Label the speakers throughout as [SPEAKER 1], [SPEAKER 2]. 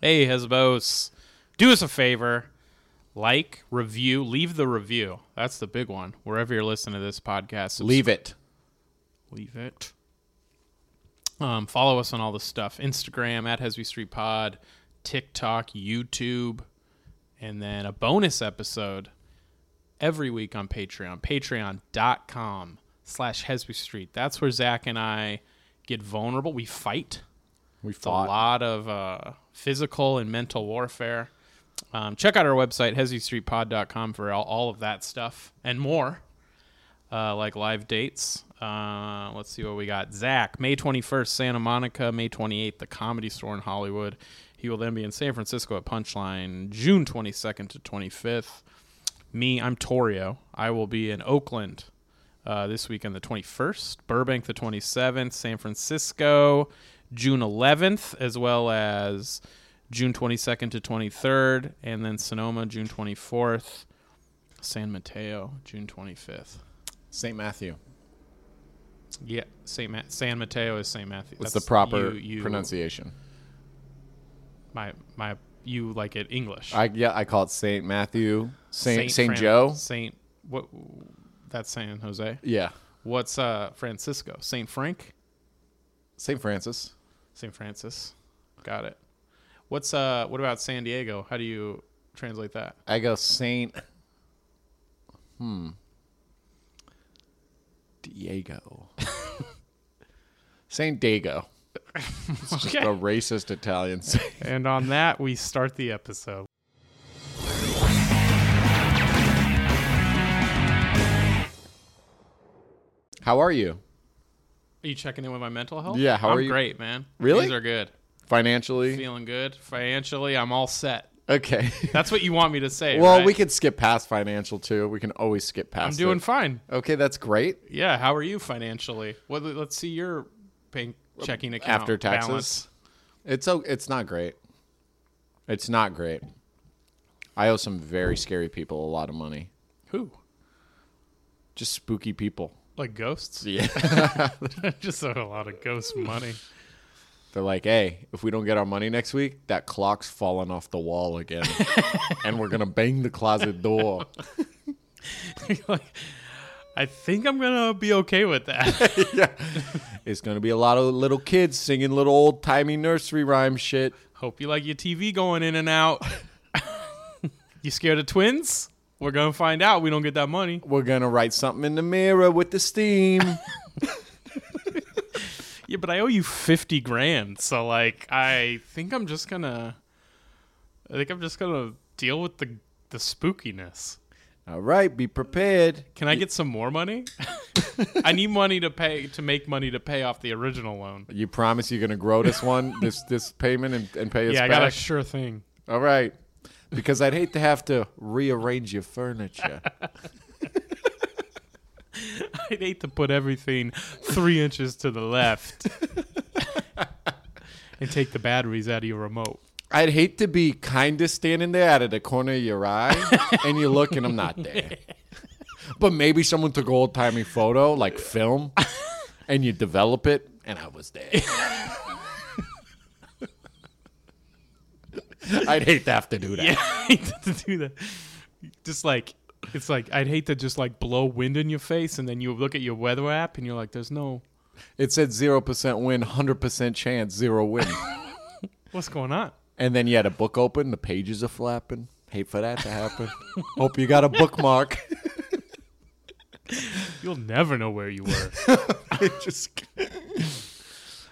[SPEAKER 1] Hey, Hezbos, do us a favor. Like, review, leave the review. That's the big one. Wherever you're listening to this podcast, subscribe-
[SPEAKER 2] Leave it.
[SPEAKER 1] leave it. Um, follow us on all the stuff Instagram at Hesby Street Pod, TikTok, YouTube, and then a bonus episode every week on Patreon, patreon.com slash Hesby Street. That's where Zach and I get vulnerable. We fight.
[SPEAKER 2] We
[SPEAKER 1] It's a lot of uh, physical and mental warfare. Um, check out our website, hesystreetpod.com, for all, all of that stuff and more, uh, like live dates. Uh, let's see what we got. Zach, May 21st, Santa Monica, May 28th, the Comedy Store in Hollywood. He will then be in San Francisco at Punchline, June 22nd to 25th. Me, I'm Torio. I will be in Oakland uh, this weekend, the 21st, Burbank, the 27th, San Francisco, June 11th, as well as June 22nd to 23rd, and then Sonoma, June 24th, San Mateo, June 25th.
[SPEAKER 2] St. Matthew.
[SPEAKER 1] Yeah, Saint Ma- San Mateo is St. Matthew.
[SPEAKER 2] What's
[SPEAKER 1] That's
[SPEAKER 2] the proper
[SPEAKER 1] you- you-
[SPEAKER 2] pronunciation?
[SPEAKER 1] My, my, you like it English.
[SPEAKER 2] I yeah, I call it St. Matthew. Saint Saint,
[SPEAKER 1] Fran-
[SPEAKER 2] Joe.
[SPEAKER 1] Saint, what, that's San Jose.
[SPEAKER 2] Yeah.
[SPEAKER 1] What's uh Francisco? Saint Frank?
[SPEAKER 2] St. Francis.
[SPEAKER 1] St. Francis. Got it. What's uh what about San Diego? How do you translate that?
[SPEAKER 2] I go Saint. Hmm. Diego. Saint Dago. The
[SPEAKER 1] Okay.
[SPEAKER 2] racist Italian. saint.
[SPEAKER 1] And on that we start the episode.
[SPEAKER 2] How are you?
[SPEAKER 1] Are you checking in with my mental health?
[SPEAKER 2] Yeah, how
[SPEAKER 1] I'm
[SPEAKER 2] are you-
[SPEAKER 1] great, man.
[SPEAKER 2] Really?
[SPEAKER 1] These are good.
[SPEAKER 2] Financially?
[SPEAKER 1] Feeling good. Financially, I'm all set.
[SPEAKER 2] Okay.
[SPEAKER 1] That's what you want me to say.
[SPEAKER 2] well,
[SPEAKER 1] right?
[SPEAKER 2] we could skip past financial too. We can always skip
[SPEAKER 1] I'm
[SPEAKER 2] past.
[SPEAKER 1] doing
[SPEAKER 2] it.
[SPEAKER 1] fine.
[SPEAKER 2] okay, that's great.
[SPEAKER 1] Yeah, how are you financially? Well, let's see your bank checking account
[SPEAKER 2] after taxes.
[SPEAKER 1] balance.
[SPEAKER 2] It's o- it's not great. It's not great. I owe some very scary people a lot of money.
[SPEAKER 1] Who?
[SPEAKER 2] Just spooky people.
[SPEAKER 1] Like ghosts?
[SPEAKER 2] Yeah.
[SPEAKER 1] Just owed a lot of ghost money.
[SPEAKER 2] They're like, "Hey, if we don't get our money next week, that clock's falling off the wall again, and we're gonna bang the closet door."
[SPEAKER 1] like, I think I'm gonna be okay with that.
[SPEAKER 2] It's gonna be a lot of little kids singing little old timey nursery rhyme shit.
[SPEAKER 1] Hope you like your TV going in and out. you scared of twins? We're gonna find out. We don't get that money.
[SPEAKER 2] We're gonna write something in the mirror with the steam.
[SPEAKER 1] Yeah, but I owe you fifty grand. So like, I think I'm just gonna. I think I'm just gonna deal with the the spookiness.
[SPEAKER 2] All right, be prepared.
[SPEAKER 1] Can I get some more money? I need money to pay to make money to pay off the original loan.
[SPEAKER 2] You promise you're gonna grow this one, this this payment, and, and pay us
[SPEAKER 1] yeah, I
[SPEAKER 2] back.
[SPEAKER 1] got a sure thing.
[SPEAKER 2] All right. Because I'd hate to have to rearrange your furniture.
[SPEAKER 1] I'd hate to put everything three inches to the left and take the batteries out of your remote.
[SPEAKER 2] I'd hate to be kind of standing there out of the corner of your eye and you look and I'm not there. But maybe someone took an old timey photo, like film, and you develop it, and I was there. I'd hate to have to do that.
[SPEAKER 1] Yeah, I hate to do that. Just like it's like I'd hate to just like blow wind in your face, and then you look at your weather app and you're like, "There's no
[SPEAKER 2] It said 0% win, 100% chance, zero win.
[SPEAKER 1] what's going on."
[SPEAKER 2] And then you had a book open, the pages are flapping. Hate for that to happen. Hope you got a bookmark.
[SPEAKER 1] You'll never know where you were.
[SPEAKER 2] It just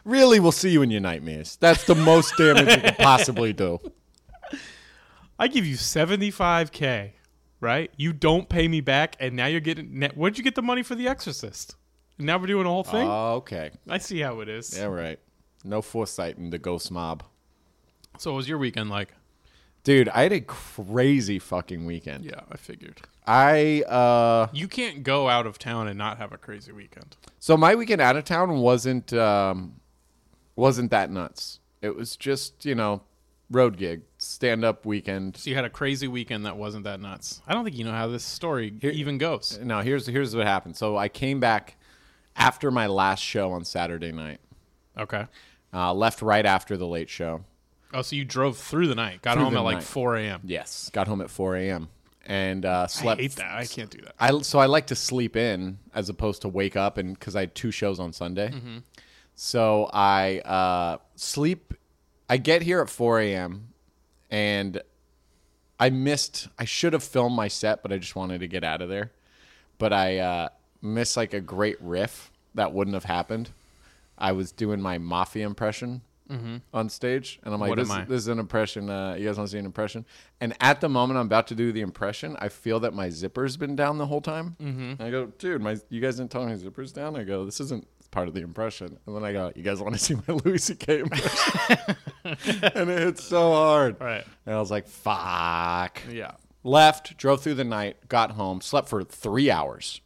[SPEAKER 2] really we'll see you in your nightmares that's the most damage you can possibly do
[SPEAKER 1] I give you 75k, right? You don't pay me back, and now you're getting. Now, where'd you get the money for The Exorcist? Now we're doing a whole
[SPEAKER 2] Uh,
[SPEAKER 1] thing.
[SPEAKER 2] Oh, okay
[SPEAKER 1] I see how it is.
[SPEAKER 2] all right no foresight in the ghost mob
[SPEAKER 1] So, what was your weekend like?
[SPEAKER 2] dude i had a crazy fucking weekend
[SPEAKER 1] Yeah, I figured.
[SPEAKER 2] i uh
[SPEAKER 1] You can't go out of town and not have a crazy weekend.
[SPEAKER 2] so my weekend out of town wasn't um wasn't that nuts it was just you know road gig stand up weekend
[SPEAKER 1] So you had a crazy weekend that wasn't that nuts. I don't think you know how this story even goes.
[SPEAKER 2] now here's here's what happened so i came back after my last show on saturday night
[SPEAKER 1] Okay.
[SPEAKER 2] uh, left right after the late show
[SPEAKER 1] Oh, so you drove through the night, got
[SPEAKER 2] Through
[SPEAKER 1] home
[SPEAKER 2] the
[SPEAKER 1] at like
[SPEAKER 2] night.
[SPEAKER 1] 4 a.m.
[SPEAKER 2] Yes, got home at 4 a.m. and uh,
[SPEAKER 1] I
[SPEAKER 2] slept.
[SPEAKER 1] hate that. I can't do that.
[SPEAKER 2] I so I like to sleep in as opposed to wake up and because I had two shows on Sunday.
[SPEAKER 1] Mm-hmm.
[SPEAKER 2] So I uh, sleep. I get here at 4 a.m. and I missed. I should have filmed my set, but I just wanted to get out of there. But I uh, missed like a great riff that wouldn't have happened. I was doing my mafia impression on stage, and I'm like,
[SPEAKER 1] Mm-hmm. What
[SPEAKER 2] this,
[SPEAKER 1] am I?
[SPEAKER 2] "This is an impression. Uh, you guys want to see an impression?" And at the moment I'm about to do the impression, I feel that my zipper's been down the whole time.
[SPEAKER 1] Mm-hmm.
[SPEAKER 2] And I go, "Dude, my you guys didn't tell me my zipper's down." I go, "This isn't." Part of the impression, and then I go, "You guys want to see my Louis C.K. impression?" and it hits so hard.
[SPEAKER 1] Right.
[SPEAKER 2] And I was like, fuck.
[SPEAKER 1] Yeah.
[SPEAKER 2] Left, drove through the night, got home, slept for three hours.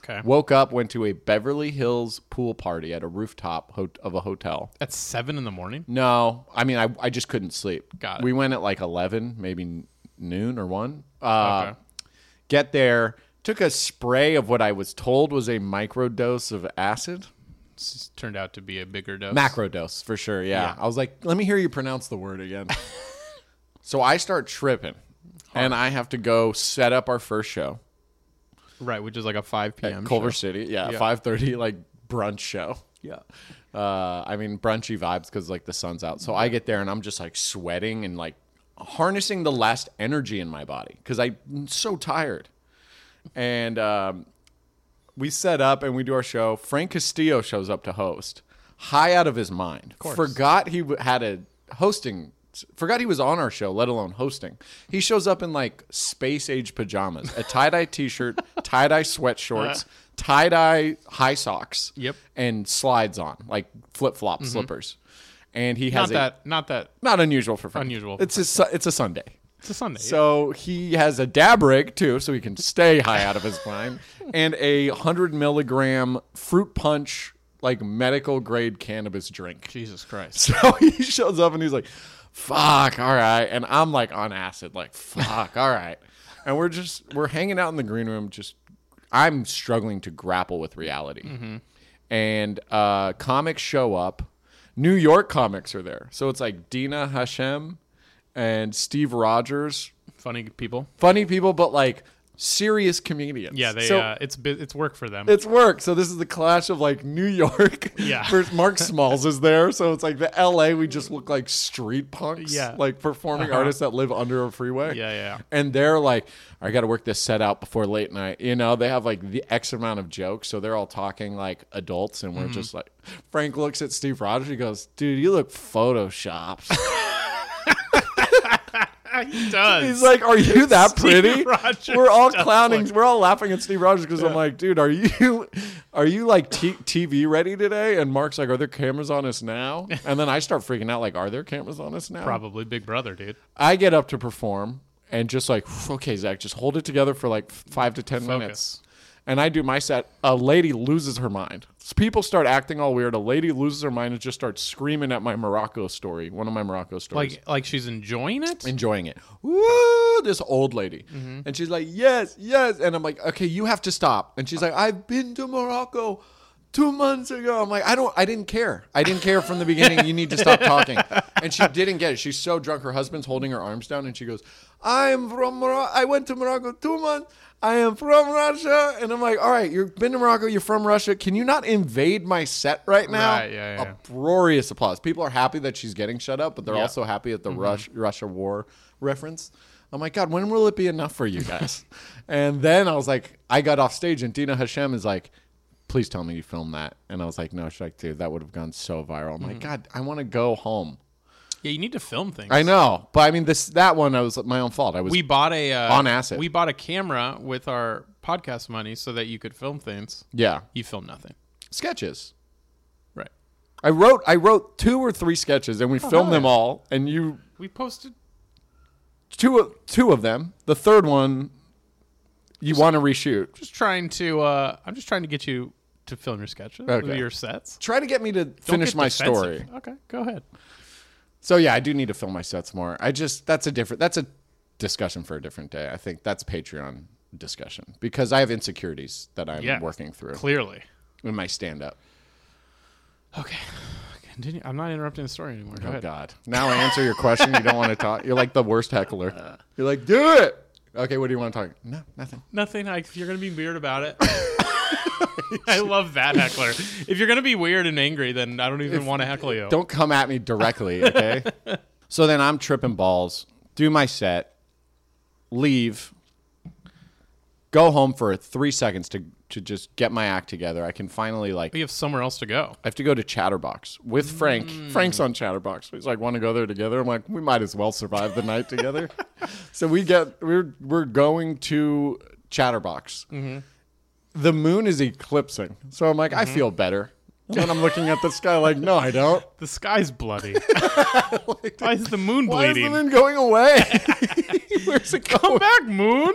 [SPEAKER 1] Okay.
[SPEAKER 2] Woke up, went to a Beverly Hills pool party at a rooftop ho- of a hotel.
[SPEAKER 1] At 7 in the morning?
[SPEAKER 2] No, I mean, I, I just couldn't sleep.
[SPEAKER 1] Got it.
[SPEAKER 2] We went at like 11, maybe n- noon or 1. Uh, Get there, took a spray of what I was told was a microdose of acid.
[SPEAKER 1] It's just turned out to be a bigger dose.
[SPEAKER 2] Macrodose, for sure, yeah. I was like, let me hear you pronounce the word again. so I start tripping, and I have to go set up our first show.
[SPEAKER 1] Right, which is like a 5 p.m.
[SPEAKER 2] Culver
[SPEAKER 1] show.
[SPEAKER 2] City, yeah,
[SPEAKER 1] Yeah.
[SPEAKER 2] five thirty, like brunch show. Yeah, uh, I mean brunchy vibes because like the sun's out. So I get there and I'm just like sweating and like harnessing the last energy in my body because I'm so tired. And um, we set up and we do our show. Frank Castillo shows up to host, high out of his mind. Forgot he w- had a hosting. Forgot he was on our show, let alone hosting. He shows up in like space age pajamas, a tie dye t shirt, tie dye sweat shorts, tie dye high socks,
[SPEAKER 1] Uh-huh. Yep. Mm-hmm.
[SPEAKER 2] and slides on like flip flop slippers. And he
[SPEAKER 1] Not
[SPEAKER 2] has a-
[SPEAKER 1] that, not that.
[SPEAKER 2] not unusual for Frank.
[SPEAKER 1] Unusual for
[SPEAKER 2] It's a su- it's a Sunday.
[SPEAKER 1] It's a Sunday.
[SPEAKER 2] So he has a dab rig too, so he can stay high out of his mind, and a hundred milligram fruit punch, like medical grade cannabis drink.
[SPEAKER 1] Jesus Christ.
[SPEAKER 2] So he shows up and he's like, "Fuck, all right," and I'm like on acid, like "Fuck, all right," and we're just we're hanging out in the green room. Just I'm struggling to grapple with reality, and uh, comics show up. New York comics are there, so it's like Dina Hashem and Steve Rogers
[SPEAKER 1] Funny people.
[SPEAKER 2] funny people, but like serious comedians.
[SPEAKER 1] Yeah, they.
[SPEAKER 2] So
[SPEAKER 1] uh, it's bu- it's work for them.
[SPEAKER 2] it's work. So this is the clash of like New York.
[SPEAKER 1] Yeah.
[SPEAKER 2] First, Mark Smalls is there, so it's like the L.A. We just look like street punks.
[SPEAKER 1] Yeah. Uh-huh.
[SPEAKER 2] Like performing artists that live under a freeway.
[SPEAKER 1] Yeah, yeah.
[SPEAKER 2] And they're like, I got to work this set out before late night. You know, they have like the X amount of jokes, so they're all talking like adults, and we're
[SPEAKER 1] Mm-hmm.
[SPEAKER 2] just like, Frank looks at Steve Rogers, he goes, "Dude, you look photoshopped."
[SPEAKER 1] It does.
[SPEAKER 2] He's like, "Are you that
[SPEAKER 1] Steve
[SPEAKER 2] pretty?"
[SPEAKER 1] Rogers
[SPEAKER 2] we're all
[SPEAKER 1] does
[SPEAKER 2] clowning. we're all laughing at Steve Rogers because I'm like, "Dude, are you, are you like t- TV ready today?" And Mark's like, "Are there cameras on us now?" And then I start freaking out, like, "Are there cameras on us now?"
[SPEAKER 1] Probably Big Brother, dude.
[SPEAKER 2] I get up to perform and just like, "Okay, Zach, just hold it together for like five to ten minutes." And I do my set. A lady loses her mind. So people start acting all weird. A lady loses her mind and just starts screaming at my Morocco story. One of my Morocco stories
[SPEAKER 1] Like like she's enjoying it.
[SPEAKER 2] enjoying it. Woo! This old lady, and she's like, "Yes, yes," and I'm like, "Okay, you have to stop." And she's like, "I've been to Morocco two months ago." I'm like, "I don't, I didn't care. I didn't care from the beginning. You need to stop talking." And she didn't get it. She's so drunk. Her husband's holding her arms down, and she goes, "I'm from Morocco. I went to Morocco two months." I am from Russia, and I'm like, all right, you've been to Morocco, you're from Russia. Can you not invade my set right now?
[SPEAKER 1] Right, yeah, yeah,
[SPEAKER 2] A
[SPEAKER 1] yeah.
[SPEAKER 2] uproarious applause. People are happy that she's getting shut up, but they're
[SPEAKER 1] Yeah. Mm-hmm.
[SPEAKER 2] also happy at the Rush, Russia war reference. I'm like, God, when will it be enough for you guys? and then I was like, I got off stage, and Dina Hashem is like, please tell me you filmed that. And I was like, no, Shrek, dude, that would have gone so viral. I'm
[SPEAKER 1] Mm-hmm.
[SPEAKER 2] like, God, I want to go home.
[SPEAKER 1] Yeah, you need to film things.
[SPEAKER 2] I know, but I mean, this that one, I was my own fault. I was
[SPEAKER 1] we bought a uh,
[SPEAKER 2] On acid.
[SPEAKER 1] We bought a camera with our podcast money so that you could film things.
[SPEAKER 2] yeah
[SPEAKER 1] You film nothing.
[SPEAKER 2] sketches.
[SPEAKER 1] Right.
[SPEAKER 2] I wrote I wrote two or three sketches, and we
[SPEAKER 1] Oh,
[SPEAKER 2] filmed them all, and you
[SPEAKER 1] We posted.
[SPEAKER 2] two two of them. The third one, you want to reshoot.
[SPEAKER 1] Just trying to. Uh, I'm just trying to get you to film your sketches,
[SPEAKER 2] Okay.
[SPEAKER 1] your sets.
[SPEAKER 2] Try to get me to
[SPEAKER 1] Don't
[SPEAKER 2] finish
[SPEAKER 1] get
[SPEAKER 2] my
[SPEAKER 1] defensive.
[SPEAKER 2] story.
[SPEAKER 1] Okay, go ahead.
[SPEAKER 2] So yeah, I do need to film my sets more. I just that's a different that's a discussion for a different day. I think that's Patreon discussion because I have insecurities that I'm
[SPEAKER 1] Yeah.
[SPEAKER 2] working through
[SPEAKER 1] Clearly.
[SPEAKER 2] in my stand up.
[SPEAKER 1] Okay. Continue. I'm not interrupting the story anymore. Go
[SPEAKER 2] Oh
[SPEAKER 1] ahead.
[SPEAKER 2] God! Now answer your question. You don't want to talk. You're like the worst
[SPEAKER 1] Uh.
[SPEAKER 2] heckler. You're like, do it. Okay, what do you want to talk? No, nothing.
[SPEAKER 1] Nothing. Like if you're gonna be weird about it. I love that heckler. If you're gonna be weird and angry, then I don't even want to heckle you.
[SPEAKER 2] Don't come at me directly, okay? so then I'm tripping balls, do my set, leave, go home for three seconds to to just get my act together. I can finally like
[SPEAKER 1] We have somewhere else to go.
[SPEAKER 2] I have to go to Chatterbox with Frank. Frank's on Chatterbox. He's like, want to go there together? I'm like, we might as well survive the night together. So we get we're we're going to Chatterbox. The moon is eclipsing, so I'm like, I feel better. And I'm looking at the sky like, no, I don't.
[SPEAKER 1] The sky's bloody. Why is the moon
[SPEAKER 2] Why is the
[SPEAKER 1] bleeding?
[SPEAKER 2] moon going away? Where's it
[SPEAKER 1] Come
[SPEAKER 2] going?
[SPEAKER 1] back, moon.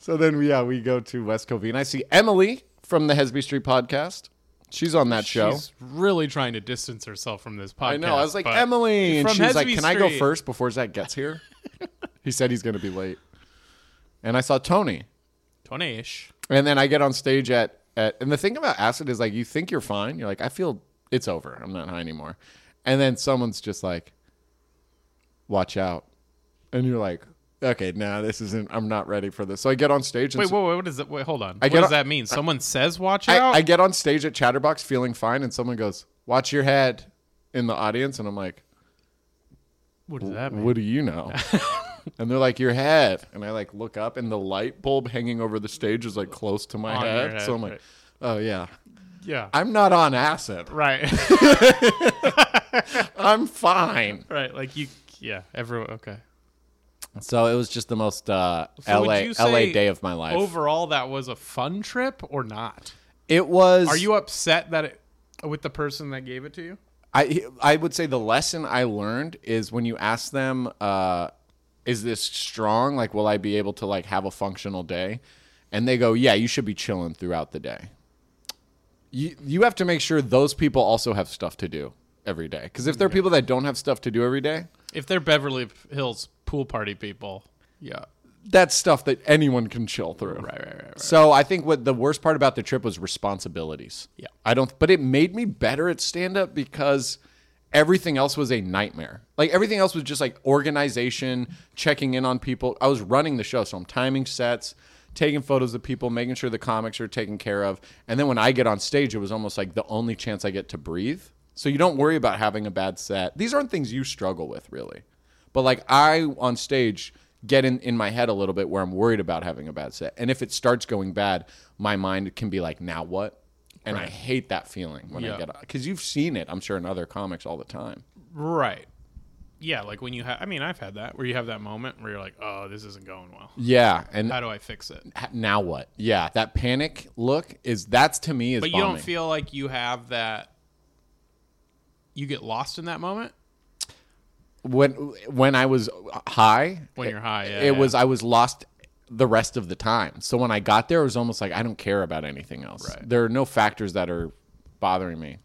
[SPEAKER 2] So then, yeah, we go to West Covina. I see Emily from the Hesby Street podcast. She's on that show.
[SPEAKER 1] She's really trying to distance herself from this podcast.
[SPEAKER 2] I know. I was like,
[SPEAKER 1] but-
[SPEAKER 2] Emily. And
[SPEAKER 1] from
[SPEAKER 2] she was like,
[SPEAKER 1] Hesby
[SPEAKER 2] Can I go
[SPEAKER 1] Street."
[SPEAKER 2] first before Zach gets here? he said he's going to be late. And I saw Tony.
[SPEAKER 1] Tony-ish.
[SPEAKER 2] And then I get on stage at, at, and the thing about acid is like, you think you're fine. You're like, I feel it's over. I'm not high anymore. And then someone's just like, Watch out. And you're like, Okay, nah, this isn't, I'm not ready for this. So I get on stage and
[SPEAKER 1] Wait,
[SPEAKER 2] so-
[SPEAKER 1] whoa, wait, what is that? Wait, hold on.
[SPEAKER 2] I
[SPEAKER 1] what
[SPEAKER 2] get
[SPEAKER 1] does
[SPEAKER 2] on-
[SPEAKER 1] that mean? Someone says watch out?
[SPEAKER 2] I, I get on stage at Chatterbox feeling fine, and someone goes, "Watch your head," in the audience, and I'm like,
[SPEAKER 1] what does that mean?
[SPEAKER 2] "What do you know?" and they're like, "Your head," and I like look up, and the light bulb hanging over the stage is like close to my
[SPEAKER 1] On your
[SPEAKER 2] head.
[SPEAKER 1] head,
[SPEAKER 2] so I'm like,
[SPEAKER 1] right.
[SPEAKER 2] "Oh yeah,
[SPEAKER 1] yeah.
[SPEAKER 2] I'm not on acid.
[SPEAKER 1] right.
[SPEAKER 2] I'm fine."
[SPEAKER 1] right. Like you yeah, everyone okay.
[SPEAKER 2] So it was just the most uh,
[SPEAKER 1] So would
[SPEAKER 2] LA
[SPEAKER 1] you
[SPEAKER 2] LA
[SPEAKER 1] say
[SPEAKER 2] day of my life.
[SPEAKER 1] Overall that was a fun trip or not?
[SPEAKER 2] it was.
[SPEAKER 1] Are you upset that it with the person that gave it to you?
[SPEAKER 2] I I would say the lesson I learned is when you ask them, uh, "Is this strong? Like, will I be able to like have a functional day?" and they go, "Yeah, you should be chilling throughout the day." You you have to make sure those people also have stuff to do every day because if there are people that don't have stuff to do every day,
[SPEAKER 1] If they're Beverly Hills pool party people. Yeah.
[SPEAKER 2] that's stuff that anyone can chill through.
[SPEAKER 1] Right, right, right, right.
[SPEAKER 2] So I think what the worst part about the trip was responsibilities.
[SPEAKER 1] Yeah.
[SPEAKER 2] I don't but it made me better at stand up because everything else was a nightmare. Like everything else was just like organization, checking in on people. I was running the show, so I'm timing sets, taking photos of people, making sure the comics are taken care of. And then when I get on stage, it was almost like the only chance I get to breathe. So you don't worry about having a bad set. These aren't things you struggle with really. But like I on stage get in, in my head a little bit where I'm worried about having a bad set. And if it starts going bad, my mind can be like, now what? And I hate that feeling when I
[SPEAKER 1] Yeah.
[SPEAKER 2] get because you've seen it, I'm sure, in other comics all the time.
[SPEAKER 1] Right. Yeah, like when you have I mean, I've had that where you have that moment where you're like, "Oh, this isn't going well.
[SPEAKER 2] Yeah, and
[SPEAKER 1] How do I fix it?"
[SPEAKER 2] ha- now what? Yeah, that panic look is that's to me is.
[SPEAKER 1] But you don't
[SPEAKER 2] bombing.
[SPEAKER 1] feel like you have that. You get lost in that moment
[SPEAKER 2] when when I was high.
[SPEAKER 1] when you're high. Yeah,
[SPEAKER 2] it
[SPEAKER 1] yeah.
[SPEAKER 2] was I was lost the rest of the time. So when I got there, it was almost like I don't care about anything else.
[SPEAKER 1] Right.
[SPEAKER 2] There are no factors that are bothering me.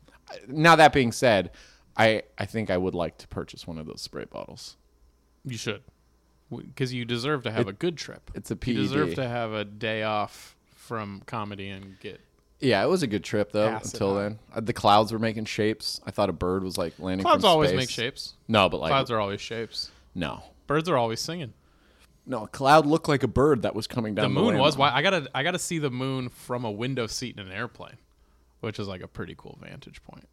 [SPEAKER 2] Now that being said, I I think I would like to purchase one of those spray bottles.
[SPEAKER 1] You should, because you deserve to have a good trip.
[SPEAKER 2] It's a E PED.
[SPEAKER 1] You deserve to have a day off from comedy and get.
[SPEAKER 2] Yeah, it was a good trip though.
[SPEAKER 1] Pass it
[SPEAKER 2] until then, Uh, the clouds were making shapes. I thought a bird was like landing.
[SPEAKER 1] Clouds
[SPEAKER 2] from
[SPEAKER 1] always
[SPEAKER 2] space.
[SPEAKER 1] make shapes.
[SPEAKER 2] No, but like
[SPEAKER 1] Clouds are always shapes.
[SPEAKER 2] no,
[SPEAKER 1] Birds are always singing.
[SPEAKER 2] no. A cloud looked like a bird that was coming
[SPEAKER 1] The
[SPEAKER 2] down. The,
[SPEAKER 1] moon was.
[SPEAKER 2] landmine.
[SPEAKER 1] Why I gotta I gotta see the moon from a window seat in an airplane, which is like a pretty cool vantage point,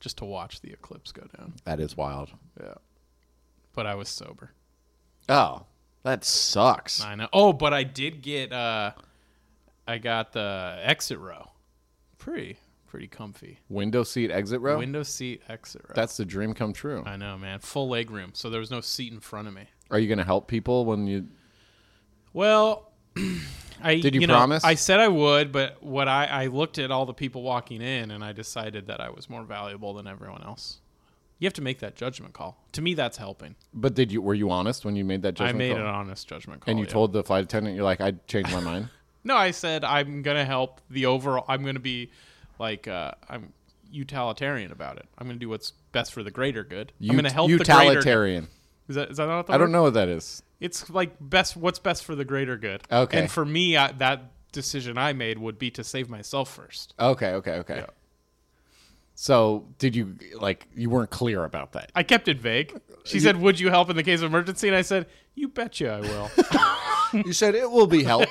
[SPEAKER 1] just to watch the eclipse go down.
[SPEAKER 2] That is wild.
[SPEAKER 1] Yeah. But I was sober.
[SPEAKER 2] Oh, that sucks.
[SPEAKER 1] I know. Oh, but I did get uh I got the exit row. Pretty pretty comfy.
[SPEAKER 2] Window seat exit row.
[SPEAKER 1] Window seat exit row.
[SPEAKER 2] That's the dream come true.
[SPEAKER 1] I know, man. Full leg room. So there was no seat in front of me.
[SPEAKER 2] Are you going to help people when you?
[SPEAKER 1] Well, I
[SPEAKER 2] Did you
[SPEAKER 1] know,
[SPEAKER 2] promise?
[SPEAKER 1] I said I would, but what I I looked at all the people walking in and I decided that I was more valuable than everyone else. You have to make that judgment call. To me, that's helping.
[SPEAKER 2] But did you? Were you honest when you made that
[SPEAKER 1] I
[SPEAKER 2] judgment?
[SPEAKER 1] made
[SPEAKER 2] call?
[SPEAKER 1] an honest judgment call.
[SPEAKER 2] And you
[SPEAKER 1] yeah.
[SPEAKER 2] told the flight attendant, you're like, I changed my mind.
[SPEAKER 1] No, I said I'm gonna help the overall. I'm gonna be like uh, I'm utilitarian about it. I'm gonna do what's best for the greater good. I'm gonna help the greater.
[SPEAKER 2] utilitarian.
[SPEAKER 1] Is that is that not? The
[SPEAKER 2] I don't know what that is.
[SPEAKER 1] It's like best. What's best for the greater good.
[SPEAKER 2] Okay.
[SPEAKER 1] And for me, I, that decision I made would be to save myself first.
[SPEAKER 2] Okay, okay, okay. So did you like you weren't clear about that?
[SPEAKER 1] I kept it vague. She said, "Would you help in the case of emergency?" And I said, "You betcha I will.
[SPEAKER 2] You said it will be help.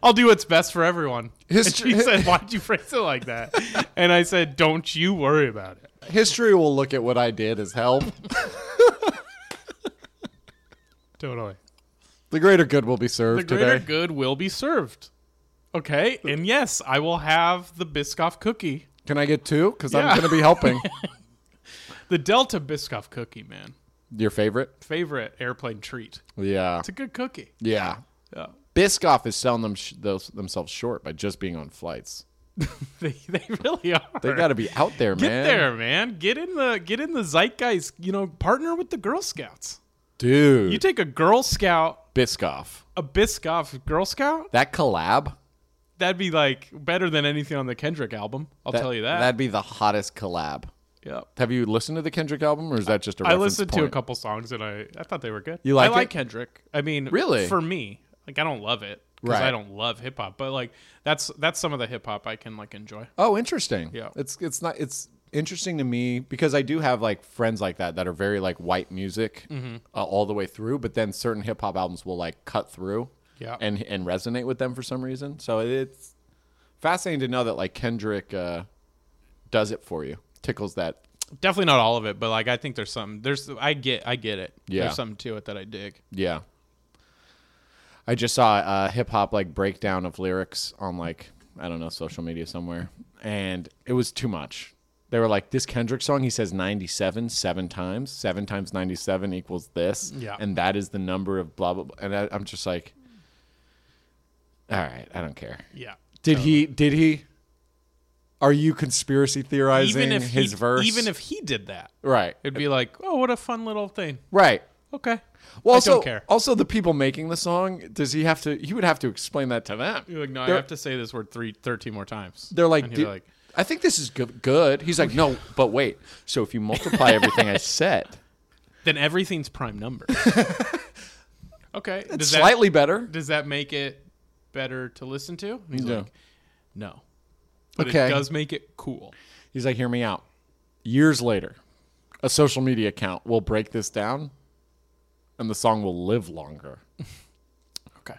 [SPEAKER 1] I'll do what's best for everyone."
[SPEAKER 2] History-
[SPEAKER 1] and she said, "Why'd you phrase it like that?" And I said, "Don't you worry about it."
[SPEAKER 2] History will look at what I did as help.
[SPEAKER 1] Totally.
[SPEAKER 2] The greater good will be
[SPEAKER 1] The
[SPEAKER 2] served
[SPEAKER 1] greater
[SPEAKER 2] today.
[SPEAKER 1] good will be served. Okay, and yes, I will have the Biscoff cookie,
[SPEAKER 2] Can I get two? Because
[SPEAKER 1] Yeah.
[SPEAKER 2] I'm going to be helping.
[SPEAKER 1] the Delta Biscoff cookie, man.
[SPEAKER 2] Your favorite?
[SPEAKER 1] Favorite airplane treat.
[SPEAKER 2] Yeah.
[SPEAKER 1] It's a good cookie.
[SPEAKER 2] Yeah.
[SPEAKER 1] Yeah.
[SPEAKER 2] Biscoff is selling them sh- those, themselves short by just being on flights.
[SPEAKER 1] They, they really are.
[SPEAKER 2] They got to be out there,
[SPEAKER 1] Get
[SPEAKER 2] man.
[SPEAKER 1] there, man. Get in the get in the zeitgeist. You know, partner with the Girl Scouts.
[SPEAKER 2] dude.
[SPEAKER 1] You take a Girl Scout,
[SPEAKER 2] Biscoff.
[SPEAKER 1] a Biscoff Girl Scout.
[SPEAKER 2] That collab.
[SPEAKER 1] That'd be like better than anything on the Kendrick album. I'll tell you that.
[SPEAKER 2] That'd be the hottest collab.
[SPEAKER 1] yep.
[SPEAKER 2] Have you listened to the Kendrick album, or is that just a
[SPEAKER 1] I
[SPEAKER 2] reference
[SPEAKER 1] listened to a
[SPEAKER 2] point?
[SPEAKER 1] couple songs and I I thought they were good.
[SPEAKER 2] You like
[SPEAKER 1] I like
[SPEAKER 2] it?
[SPEAKER 1] Kendrick. I mean,
[SPEAKER 2] Really?
[SPEAKER 1] for me, like I don't love it because
[SPEAKER 2] Right.
[SPEAKER 1] I don't love hip hop, but like that's that's some of the hip hop I can like enjoy.
[SPEAKER 2] Oh, interesting.
[SPEAKER 1] Yeah.
[SPEAKER 2] It's it's not it's interesting to me because I do have like friends like that that are very like white music
[SPEAKER 1] Mm-hmm.
[SPEAKER 2] uh, all the way through, but then certain hip hop albums will like cut through.
[SPEAKER 1] Yeah.
[SPEAKER 2] And and resonate with them for some reason. So it's fascinating to know that like Kendrick uh, does it for you. Tickles that.
[SPEAKER 1] Definitely not all of it, but like I think there's some there's I get I get it.
[SPEAKER 2] Yeah.
[SPEAKER 1] There's something to it that I dig.
[SPEAKER 2] Yeah. I just saw a hip hop like breakdown of lyrics on like I don't know social media somewhere, and it was too much. They were like, "This Kendrick song, he says ninety-seven seven times. Seven times ninety-seven equals this,
[SPEAKER 1] Yeah.
[SPEAKER 2] and that is the number of blah blah." blah. And I, I'm just like, "All right, I don't care."
[SPEAKER 1] Yeah.
[SPEAKER 2] Did he? Did he? Are you conspiracy theorizing
[SPEAKER 1] even if
[SPEAKER 2] his
[SPEAKER 1] he,
[SPEAKER 2] verse?
[SPEAKER 1] even if he did that,
[SPEAKER 2] right,
[SPEAKER 1] it'd be like, oh, what a fun little thing.
[SPEAKER 2] right.
[SPEAKER 1] Okay,
[SPEAKER 2] Well,
[SPEAKER 1] I
[SPEAKER 2] also, uh,
[SPEAKER 1] don't care.
[SPEAKER 2] also the people making the song, does he have to? He would have to explain that to them.
[SPEAKER 1] You're like, no, I
[SPEAKER 2] They're-
[SPEAKER 1] have to say this word three, 13 more times.
[SPEAKER 2] They're like,
[SPEAKER 1] and he'd be
[SPEAKER 2] "Dude,
[SPEAKER 1] like,
[SPEAKER 2] I think this is good. good. He's like, no, but wait. So if you multiply everything I said,
[SPEAKER 1] then everything's prime number. okay, does that
[SPEAKER 2] slightly better.
[SPEAKER 1] does that make it better to listen to? And he's
[SPEAKER 2] Yeah.
[SPEAKER 1] like, no, but
[SPEAKER 2] Okay.
[SPEAKER 1] it does make it cool.
[SPEAKER 2] He's like, hear me out. Years later, a social media account will break this down, and the song will live longer.
[SPEAKER 1] Okay,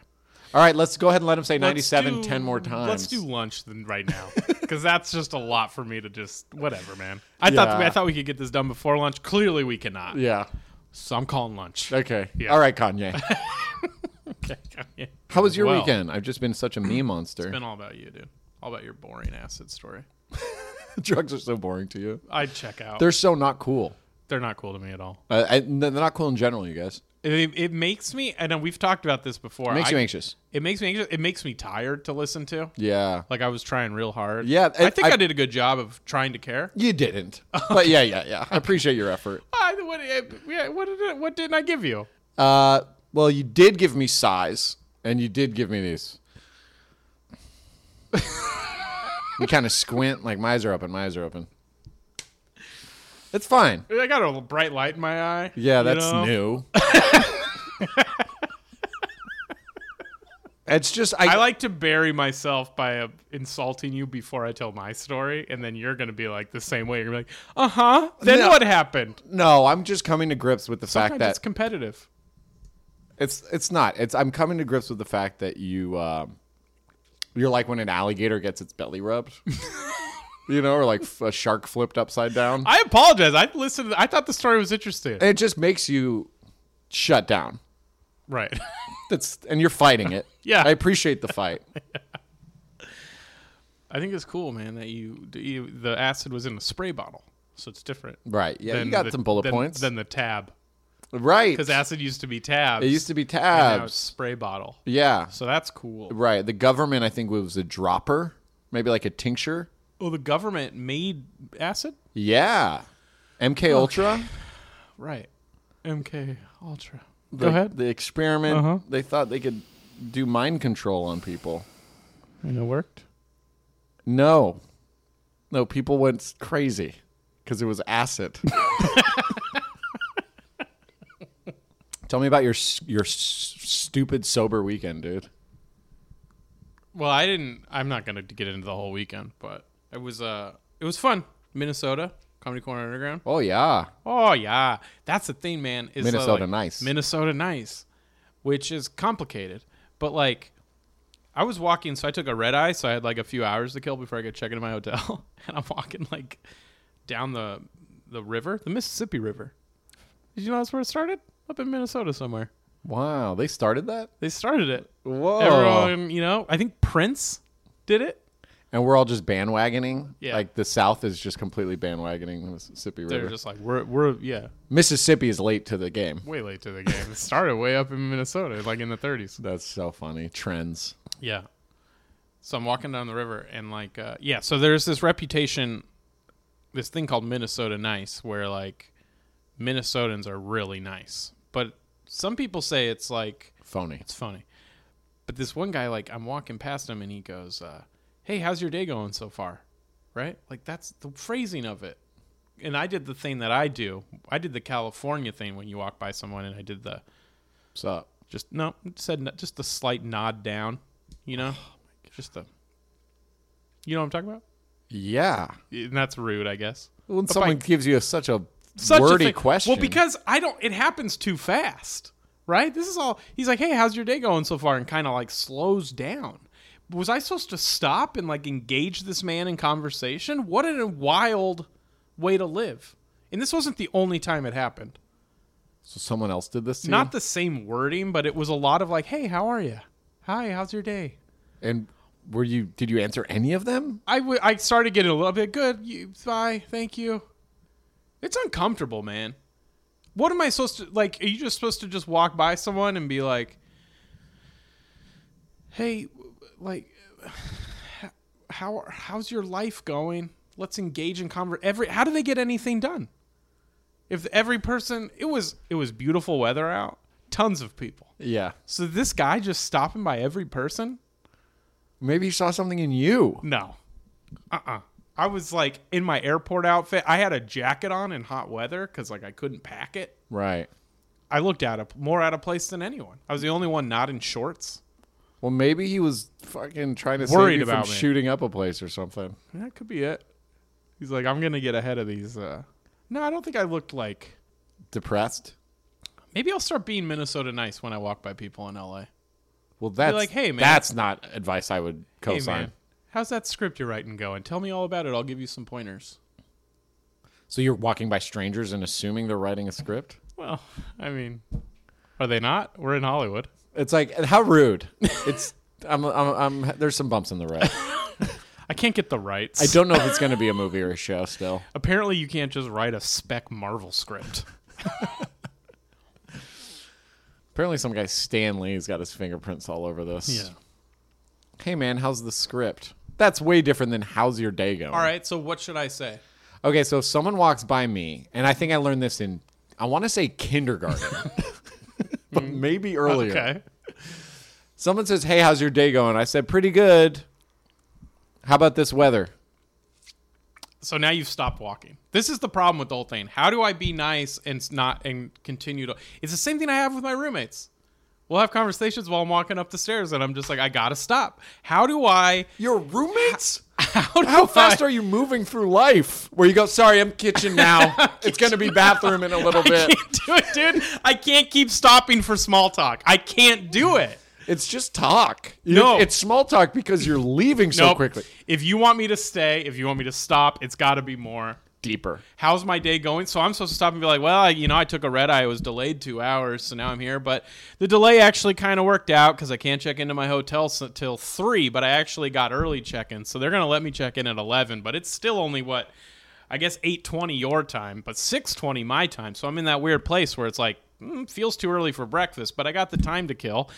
[SPEAKER 2] All right, let's go ahead and let him say
[SPEAKER 1] Let's
[SPEAKER 2] 97
[SPEAKER 1] do-
[SPEAKER 2] 10 more times.
[SPEAKER 1] Let's do lunch then right now because that's just a lot for me to just whatever, man. I thought
[SPEAKER 2] Yeah.
[SPEAKER 1] I thought we could get this done before lunch. Clearly, we cannot.
[SPEAKER 2] Yeah.
[SPEAKER 1] So I'm calling lunch.
[SPEAKER 2] Okay.
[SPEAKER 1] Yeah.
[SPEAKER 2] All right, Kanye. How was your
[SPEAKER 1] Well.
[SPEAKER 2] weekend? I've just been such a meme monster.
[SPEAKER 1] been all about you, dude. All about your boring acid story.
[SPEAKER 2] Drugs are so boring to you.
[SPEAKER 1] I'd check out. They're,
[SPEAKER 2] They're so not cool.
[SPEAKER 1] not cool to me at all.
[SPEAKER 2] Uh, I, they're not cool in general, you guys.
[SPEAKER 1] It, it makes me, and we've talked about this before.
[SPEAKER 2] It makes
[SPEAKER 1] I-
[SPEAKER 2] you anxious.
[SPEAKER 1] It makes me anxious. It makes me tired to listen to.
[SPEAKER 2] Yeah.
[SPEAKER 1] Like I was trying real hard.
[SPEAKER 2] Yeah,
[SPEAKER 1] I
[SPEAKER 2] and
[SPEAKER 1] think I,
[SPEAKER 2] I-
[SPEAKER 1] did a good job of trying to care.
[SPEAKER 2] You didn't. But yeah, yeah, yeah. I appreciate your effort.
[SPEAKER 1] I, what, yeah, what did I- what didn't I give you?
[SPEAKER 2] Uh, well, you did give me size, and you did give me these. you kind of squint, like my eyes are open, my eyes are open. It's fine.
[SPEAKER 1] I got a bright light in my eye.
[SPEAKER 2] Yeah,
[SPEAKER 1] you
[SPEAKER 2] that's
[SPEAKER 1] know?
[SPEAKER 2] new. it's just I,
[SPEAKER 1] I like to bury myself by uh, insulting you before I tell my story, and then you're going to be like the same way. You're gonna be like, uh huh. Then
[SPEAKER 2] No.
[SPEAKER 1] what happened?
[SPEAKER 2] no. I'm just coming to grips with the fact
[SPEAKER 1] Sometimes
[SPEAKER 2] that
[SPEAKER 1] it's competitive.
[SPEAKER 2] It's it's not. It's I'm coming to grips with the fact that you um, you're like when an alligator gets its belly rubbed, you know, or like f- a shark flipped upside down.
[SPEAKER 1] I apologize. I listened. I thought the story was interesting.
[SPEAKER 2] And it just makes you shut down.
[SPEAKER 1] Right.
[SPEAKER 2] That's and you're fighting it.
[SPEAKER 1] Yeah.
[SPEAKER 2] I appreciate the fight.
[SPEAKER 1] I think it's cool, man, that you, you the acid was in a spray bottle, so it's different.
[SPEAKER 2] Right? Yeah,
[SPEAKER 1] than
[SPEAKER 2] you got
[SPEAKER 1] the-
[SPEAKER 2] some bullet
[SPEAKER 1] than-
[SPEAKER 2] points.
[SPEAKER 1] than the tab
[SPEAKER 2] right?
[SPEAKER 1] because acid used to be tabs.
[SPEAKER 2] it used to be
[SPEAKER 1] now it's
[SPEAKER 2] tabs.
[SPEAKER 1] spray bottle.
[SPEAKER 2] Yeah.
[SPEAKER 1] So that's cool.
[SPEAKER 2] Right. The government, I think, was a dropper, maybe like a tincture.
[SPEAKER 1] Oh, the government made acid.
[SPEAKER 2] Yeah. MK Ultra.
[SPEAKER 1] Right. MK Ultra. Go ahead.
[SPEAKER 2] The experiment.
[SPEAKER 1] Uh-huh.
[SPEAKER 2] They thought they could do mind control on people.
[SPEAKER 1] And it worked.
[SPEAKER 2] No. No, people went crazy because it was acid. Tell me about your s- your s- stupid sober weekend, dude.
[SPEAKER 1] Well, I didn't. I'm not gonna get into the whole weekend, but it was uh, it was fun. Minnesota, Comedy Corner Underground.
[SPEAKER 2] Oh yeah,
[SPEAKER 1] Oh yeah, that's the thing, man. Is uh,
[SPEAKER 2] Minnesota
[SPEAKER 1] like,
[SPEAKER 2] nice.
[SPEAKER 1] Minnesota nice, which is complicated, but like, I was walking, so I took a red eye, so I had like a few hours to kill before I could check into my hotel, and I'm walking like down the the river, the Mississippi River. Did you know that's where it started? Up in Minnesota somewhere.
[SPEAKER 2] wow. They started that.
[SPEAKER 1] They started it.
[SPEAKER 2] Whoa.
[SPEAKER 1] Everyone, you know, I think Prince did it.
[SPEAKER 2] and we're all just bandwagoning.
[SPEAKER 1] Yeah.
[SPEAKER 2] Like the South is just completely bandwagoning the Mississippi
[SPEAKER 1] They're
[SPEAKER 2] River.
[SPEAKER 1] just like we're we're yeah,
[SPEAKER 2] Mississippi is late to the game.
[SPEAKER 1] way late to the game. It started way up in Minnesota, like in the 30s.
[SPEAKER 2] That's so funny. Trends.
[SPEAKER 1] Yeah. So I'm walking down the river and like uh, yeah, so there's this reputation this thing called Minnesota nice where like Minnesotans are really nice. But some people say it's like
[SPEAKER 2] Phony.
[SPEAKER 1] it's funny. But this one guy like I'm walking past him and he goes, uh, "Hey, how's your day going so far?" Right? Like that's the phrasing of it. And I did the thing that I do. I did the California thing when you walk by someone and I did the
[SPEAKER 2] What's up?
[SPEAKER 1] just no, said no- just the slight nod down, you know, just the. You know what I'm talking about?
[SPEAKER 2] Yeah.
[SPEAKER 1] And that's rude, I guess.
[SPEAKER 2] When
[SPEAKER 1] But
[SPEAKER 2] someone
[SPEAKER 1] by-
[SPEAKER 2] gives you such a
[SPEAKER 1] such a
[SPEAKER 2] wordy
[SPEAKER 1] thing-
[SPEAKER 2] question.
[SPEAKER 1] Well, because I don't. It happens too fast, right? This is all. He's like, "Hey, how's your day going so far?" and kind of like slows down. Was I supposed to stop and like engage this man in conversation? What a wild way to live! And this wasn't the only time it happened.
[SPEAKER 2] so someone else did this to
[SPEAKER 1] Not the same wording, but it was a lot of like, "Hey, how are you? Hi, how's your day?"
[SPEAKER 2] you? And were you did you answer any of them?
[SPEAKER 1] I w- I started getting a little bit good. You, bye, thank you. It's uncomfortable, man. What am I supposed to like? Are you just supposed to just walk by someone and be like, "Hey, w- like, how how's your life going? Let's engage in conver Every how do they get anything done? If every person, it was it was beautiful weather out, tons of people.
[SPEAKER 2] Yeah.
[SPEAKER 1] So this guy just stopping by every person.
[SPEAKER 2] Maybe he saw something in you.
[SPEAKER 1] No. Uh uh I was like in my airport outfit. I had a jacket on in hot weather because like I couldn't pack it.
[SPEAKER 2] Right.
[SPEAKER 1] I looked out of more out of place than anyone. I was the only one not in shorts.
[SPEAKER 2] Well, maybe he was fucking trying to
[SPEAKER 1] Worried
[SPEAKER 2] save you
[SPEAKER 1] about
[SPEAKER 2] from
[SPEAKER 1] me.
[SPEAKER 2] shooting up a place or something.
[SPEAKER 1] That could be it. He's like, I'm gonna get ahead of these. Uh... No, I don't think I looked like.
[SPEAKER 2] Depressed.
[SPEAKER 1] Maybe I'll start being Minnesota nice when I walk by people in LA.
[SPEAKER 2] Well, that's
[SPEAKER 1] like, "Hey, man."
[SPEAKER 2] that's not advice I would
[SPEAKER 1] Hey
[SPEAKER 2] co-sign.
[SPEAKER 1] man, how's that script you're writing going? Tell me all about it. I'll give you some pointers.
[SPEAKER 2] So you're walking by strangers and assuming they're writing a script?
[SPEAKER 1] Well, I mean, are they not? We're in Hollywood.
[SPEAKER 2] It's like how rude. It's I'm, I'm, I'm there's some bumps in the road.
[SPEAKER 1] I can't get the rights.
[SPEAKER 2] I don't know if it's going to be a movie or a show still.
[SPEAKER 1] Apparently, you can't just write a spec Marvel script.
[SPEAKER 2] Apparently some guy Stan Lee's got his fingerprints all over this. Hey man, how's the script? That's way different than how's your day going.
[SPEAKER 1] All right. So what should I say?
[SPEAKER 2] Okay, so if someone walks by me, and I think I learned this in I want to say kindergarten. but maybe earlier.
[SPEAKER 1] Mm. Okay.
[SPEAKER 2] Someone says, "Hey, how's your day going?" I said, "Pretty good." How about this weather?
[SPEAKER 1] So now you've stopped walking. This is the problem with the whole thing. How do I be nice and s- not and continue to? It's the same thing I have with my roommates. We'll have conversations while I'm walking up the stairs, and I'm just like, I gotta stop. How do I?
[SPEAKER 2] Your roommates?
[SPEAKER 1] How, do
[SPEAKER 2] How fast
[SPEAKER 1] I,
[SPEAKER 2] are you moving through life? Where you go, sorry, I'm kitchen now. it's going to be bathroom in a little
[SPEAKER 1] I
[SPEAKER 2] bit.
[SPEAKER 1] can't do it, dude. I can't keep stopping for small talk. I can't do it.
[SPEAKER 2] It's just talk. You-
[SPEAKER 1] No.
[SPEAKER 2] It's small talk because you're leaving so
[SPEAKER 1] Nope.
[SPEAKER 2] quickly.
[SPEAKER 1] If you want me to stay, if you want me to stop, it's got to be more.
[SPEAKER 2] Deeper.
[SPEAKER 1] how's my day going? So I'm supposed to stop and be like, well, I, you know, I took a red eye. I was delayed two hours, so now I'm here. But the delay actually kind of worked out because I can't check into my hotel s- till three, but I actually got early check-in, so they're gonna let me check in at eleven. But it's still only what I guess eight twenty your time, but six twenty my time. So I'm in that weird place where it's like mm, feels too early for breakfast, but I got the time to kill.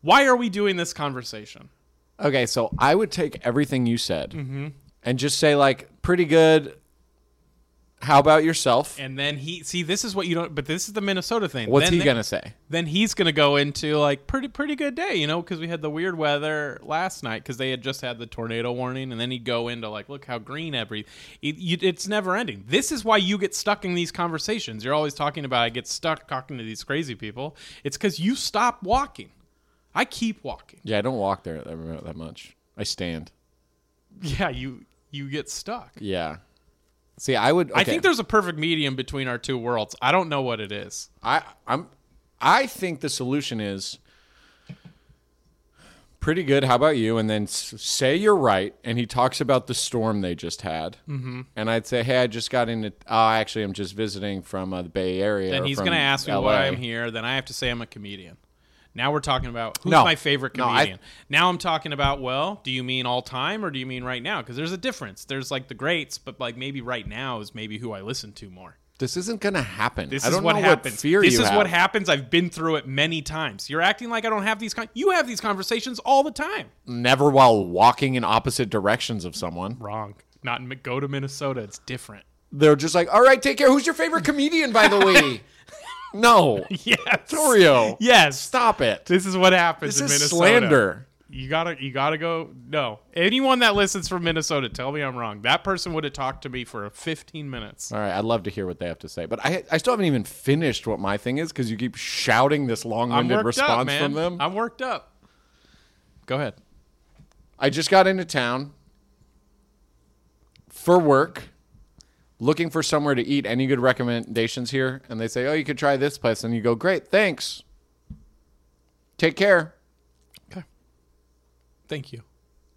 [SPEAKER 1] Why are we doing this conversation?
[SPEAKER 2] Okay, so I would take everything you said
[SPEAKER 1] Mm-hmm.
[SPEAKER 2] and just say, like, pretty good. How about yourself?
[SPEAKER 1] And then he see this is what you don't. But this is the Minnesota thing.
[SPEAKER 2] What's
[SPEAKER 1] Then
[SPEAKER 2] he
[SPEAKER 1] they-
[SPEAKER 2] going to say?
[SPEAKER 1] then he's gonna go into like pretty pretty good day, you know, because we had the weird weather last night because they had just had the tornado warning, and then he'd go into like, look how green every, it, you, it's never ending. This is why you get stuck in these conversations. You're always talking about I get stuck talking to these crazy people. It's because you stop walking. I keep walking.
[SPEAKER 2] Yeah, I don't walk there that, that much. I stand.
[SPEAKER 1] Yeah, you you get stuck.
[SPEAKER 2] Yeah. See, I would.
[SPEAKER 1] I think
[SPEAKER 2] there's.
[SPEAKER 1] there's a perfect medium between our two worlds. I don't know what it is.
[SPEAKER 2] I, I'm. I think the solution is pretty good. How about you? And then s- say you're right. And he talks about the storm they just had. Mm-hmm. And I'd say, hey, I just got into. Oh, actually, I'm just visiting from uh, the Bay Area.
[SPEAKER 1] Then
[SPEAKER 2] or
[SPEAKER 1] he's
[SPEAKER 2] from
[SPEAKER 1] going to ask me why
[SPEAKER 2] LA."
[SPEAKER 1] I'm here. Then I have to say I'm a comedian. Now we're talking about who's
[SPEAKER 2] No.
[SPEAKER 1] my favorite
[SPEAKER 2] No, I-
[SPEAKER 1] comedian. now I'm talking about, well, do you mean all time or do you mean right now? Because there's a difference. There's like the greats, but like maybe right now is maybe who I listen to more.
[SPEAKER 2] This isn't going to happen.
[SPEAKER 1] This
[SPEAKER 2] I
[SPEAKER 1] is
[SPEAKER 2] don't
[SPEAKER 1] what
[SPEAKER 2] know
[SPEAKER 1] happens.
[SPEAKER 2] What fear
[SPEAKER 1] this
[SPEAKER 2] you
[SPEAKER 1] is
[SPEAKER 2] have.
[SPEAKER 1] what happens. I've been through it many times. You're acting like I don't have these. Con- you have these conversations all the time.
[SPEAKER 2] Never while walking in opposite directions of someone.
[SPEAKER 1] Wrong. Not in, go to Minnesota. It's different.
[SPEAKER 2] They're just like, all right, take care. Who's your favorite comedian, by the way? no.
[SPEAKER 1] Yes.
[SPEAKER 2] Oreo.
[SPEAKER 1] Yes.
[SPEAKER 2] Stop it.
[SPEAKER 1] This is what happens
[SPEAKER 2] This
[SPEAKER 1] in
[SPEAKER 2] is
[SPEAKER 1] Minnesota.
[SPEAKER 2] slander.
[SPEAKER 1] You gotta you gotta go no. Anyone that listens from Minnesota, tell me I'm wrong. That person would have talked to me for fifteen minutes.
[SPEAKER 2] All right, I'd love to hear what they have to say, but I I still haven't even finished what my thing is because you keep shouting this
[SPEAKER 1] I'm
[SPEAKER 2] long-winded
[SPEAKER 1] worked
[SPEAKER 2] response
[SPEAKER 1] up, man.
[SPEAKER 2] from them. i
[SPEAKER 1] I'm worked up. Go ahead.
[SPEAKER 2] just got into town for work, looking for somewhere to eat. Any good recommendations here? And they say, oh, you could try this place, and you go, great, thanks. Take care.
[SPEAKER 1] Okay. Thank you.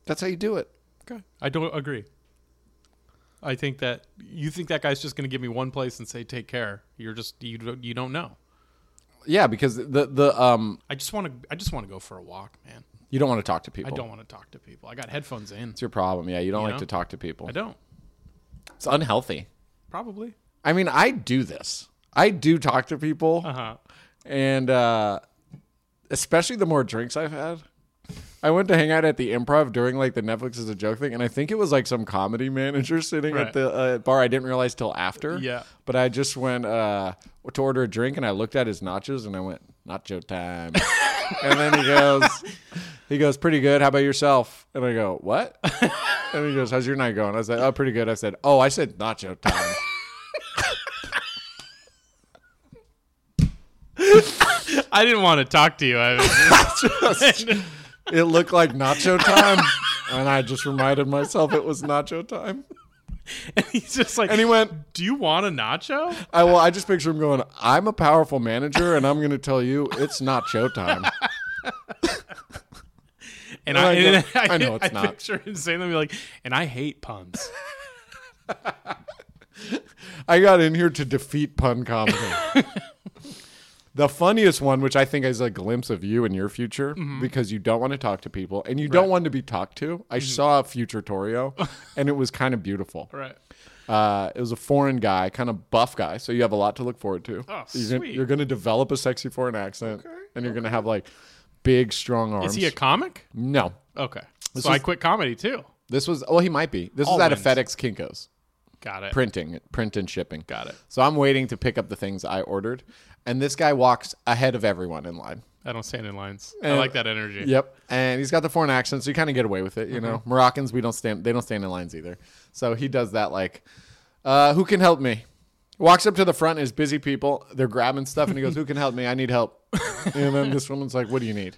[SPEAKER 2] That's how you do it.
[SPEAKER 1] Okay. I don't agree. I think that you think that guy's just gonna give me one place and say take care. You're just you don't- you don't know.
[SPEAKER 2] Yeah, because the the um
[SPEAKER 1] I just want to I just want to go for a walk, man.
[SPEAKER 2] you don't want to talk to people.
[SPEAKER 1] I don't want to talk to people. I got headphones in.
[SPEAKER 2] It's your problem. Yeah, you don't like
[SPEAKER 1] know?
[SPEAKER 2] to talk to people.
[SPEAKER 1] I don't.
[SPEAKER 2] It's unhealthy.
[SPEAKER 1] Probably.
[SPEAKER 2] I mean, I do this. I do talk to people.
[SPEAKER 1] Uh huh.
[SPEAKER 2] and uh, especially the more drinks I've had. I went to hang out at the improv during like the Netflix is a joke thing, and I think it was like some comedy manager sitting
[SPEAKER 1] Right.
[SPEAKER 2] at the uh, bar. I didn't realize till after.
[SPEAKER 1] Yeah.
[SPEAKER 2] but I just went uh, to order a drink, and I looked at his nachos, and I went nacho time. and then he goes, he goes, pretty good. How about yourself? And I go, what? and he goes, how's your night going? I said, oh, pretty good. I said, oh, I said nacho time.
[SPEAKER 1] I didn't want to talk to you. I
[SPEAKER 2] Just- it looked like nacho time. and I just reminded myself it was nacho time.
[SPEAKER 1] he's just like,
[SPEAKER 2] And he went,
[SPEAKER 1] do you want a nacho?
[SPEAKER 2] I well, I just picture him going, I'm a powerful manager and I'm gonna tell you it's not showtime.
[SPEAKER 1] And
[SPEAKER 2] I
[SPEAKER 1] I,
[SPEAKER 2] know-
[SPEAKER 1] and
[SPEAKER 2] I know it's not.
[SPEAKER 1] picture him saying that, be like, and I hate puns.
[SPEAKER 2] I got in here to defeat pun comedy. the funniest one, which I think is a glimpse of you and your future, because you don't want to talk to people and you don't want to be talked to. I saw a future Torio and it was kind of beautiful.
[SPEAKER 1] Right.
[SPEAKER 2] Uh, it was a foreign guy, kind of buff guy, so you have a lot to look forward to.
[SPEAKER 1] Oh,
[SPEAKER 2] you're Gonna,
[SPEAKER 1] sweet.
[SPEAKER 2] you're gonna develop a sexy foreign accent, and you're gonna have like big, strong arms.
[SPEAKER 1] Is he a comic?
[SPEAKER 2] no,
[SPEAKER 1] Okay.
[SPEAKER 2] This
[SPEAKER 1] so I
[SPEAKER 2] was-
[SPEAKER 1] quit comedy too.
[SPEAKER 2] this was. Well, he might be. This
[SPEAKER 1] All
[SPEAKER 2] was at a
[SPEAKER 1] wins.
[SPEAKER 2] FedEx Kinkos
[SPEAKER 1] Got it.
[SPEAKER 2] printing, print and shipping.
[SPEAKER 1] Got it.
[SPEAKER 2] So I'm waiting to pick up the things I ordered, and this guy walks ahead of everyone in line.
[SPEAKER 1] I don't stand in lines. I
[SPEAKER 2] And-
[SPEAKER 1] like that energy.
[SPEAKER 2] Yep, and he's got the foreign accent, so you kind of get away with it. You know, Moroccans we don't stand they don't stand in lines either. So he does that like, uh, who can help me? Walks up to the front, is busy people. They're grabbing stuff, and he goes, "Who can help me? I need help." and then this woman's like, "What do you need?"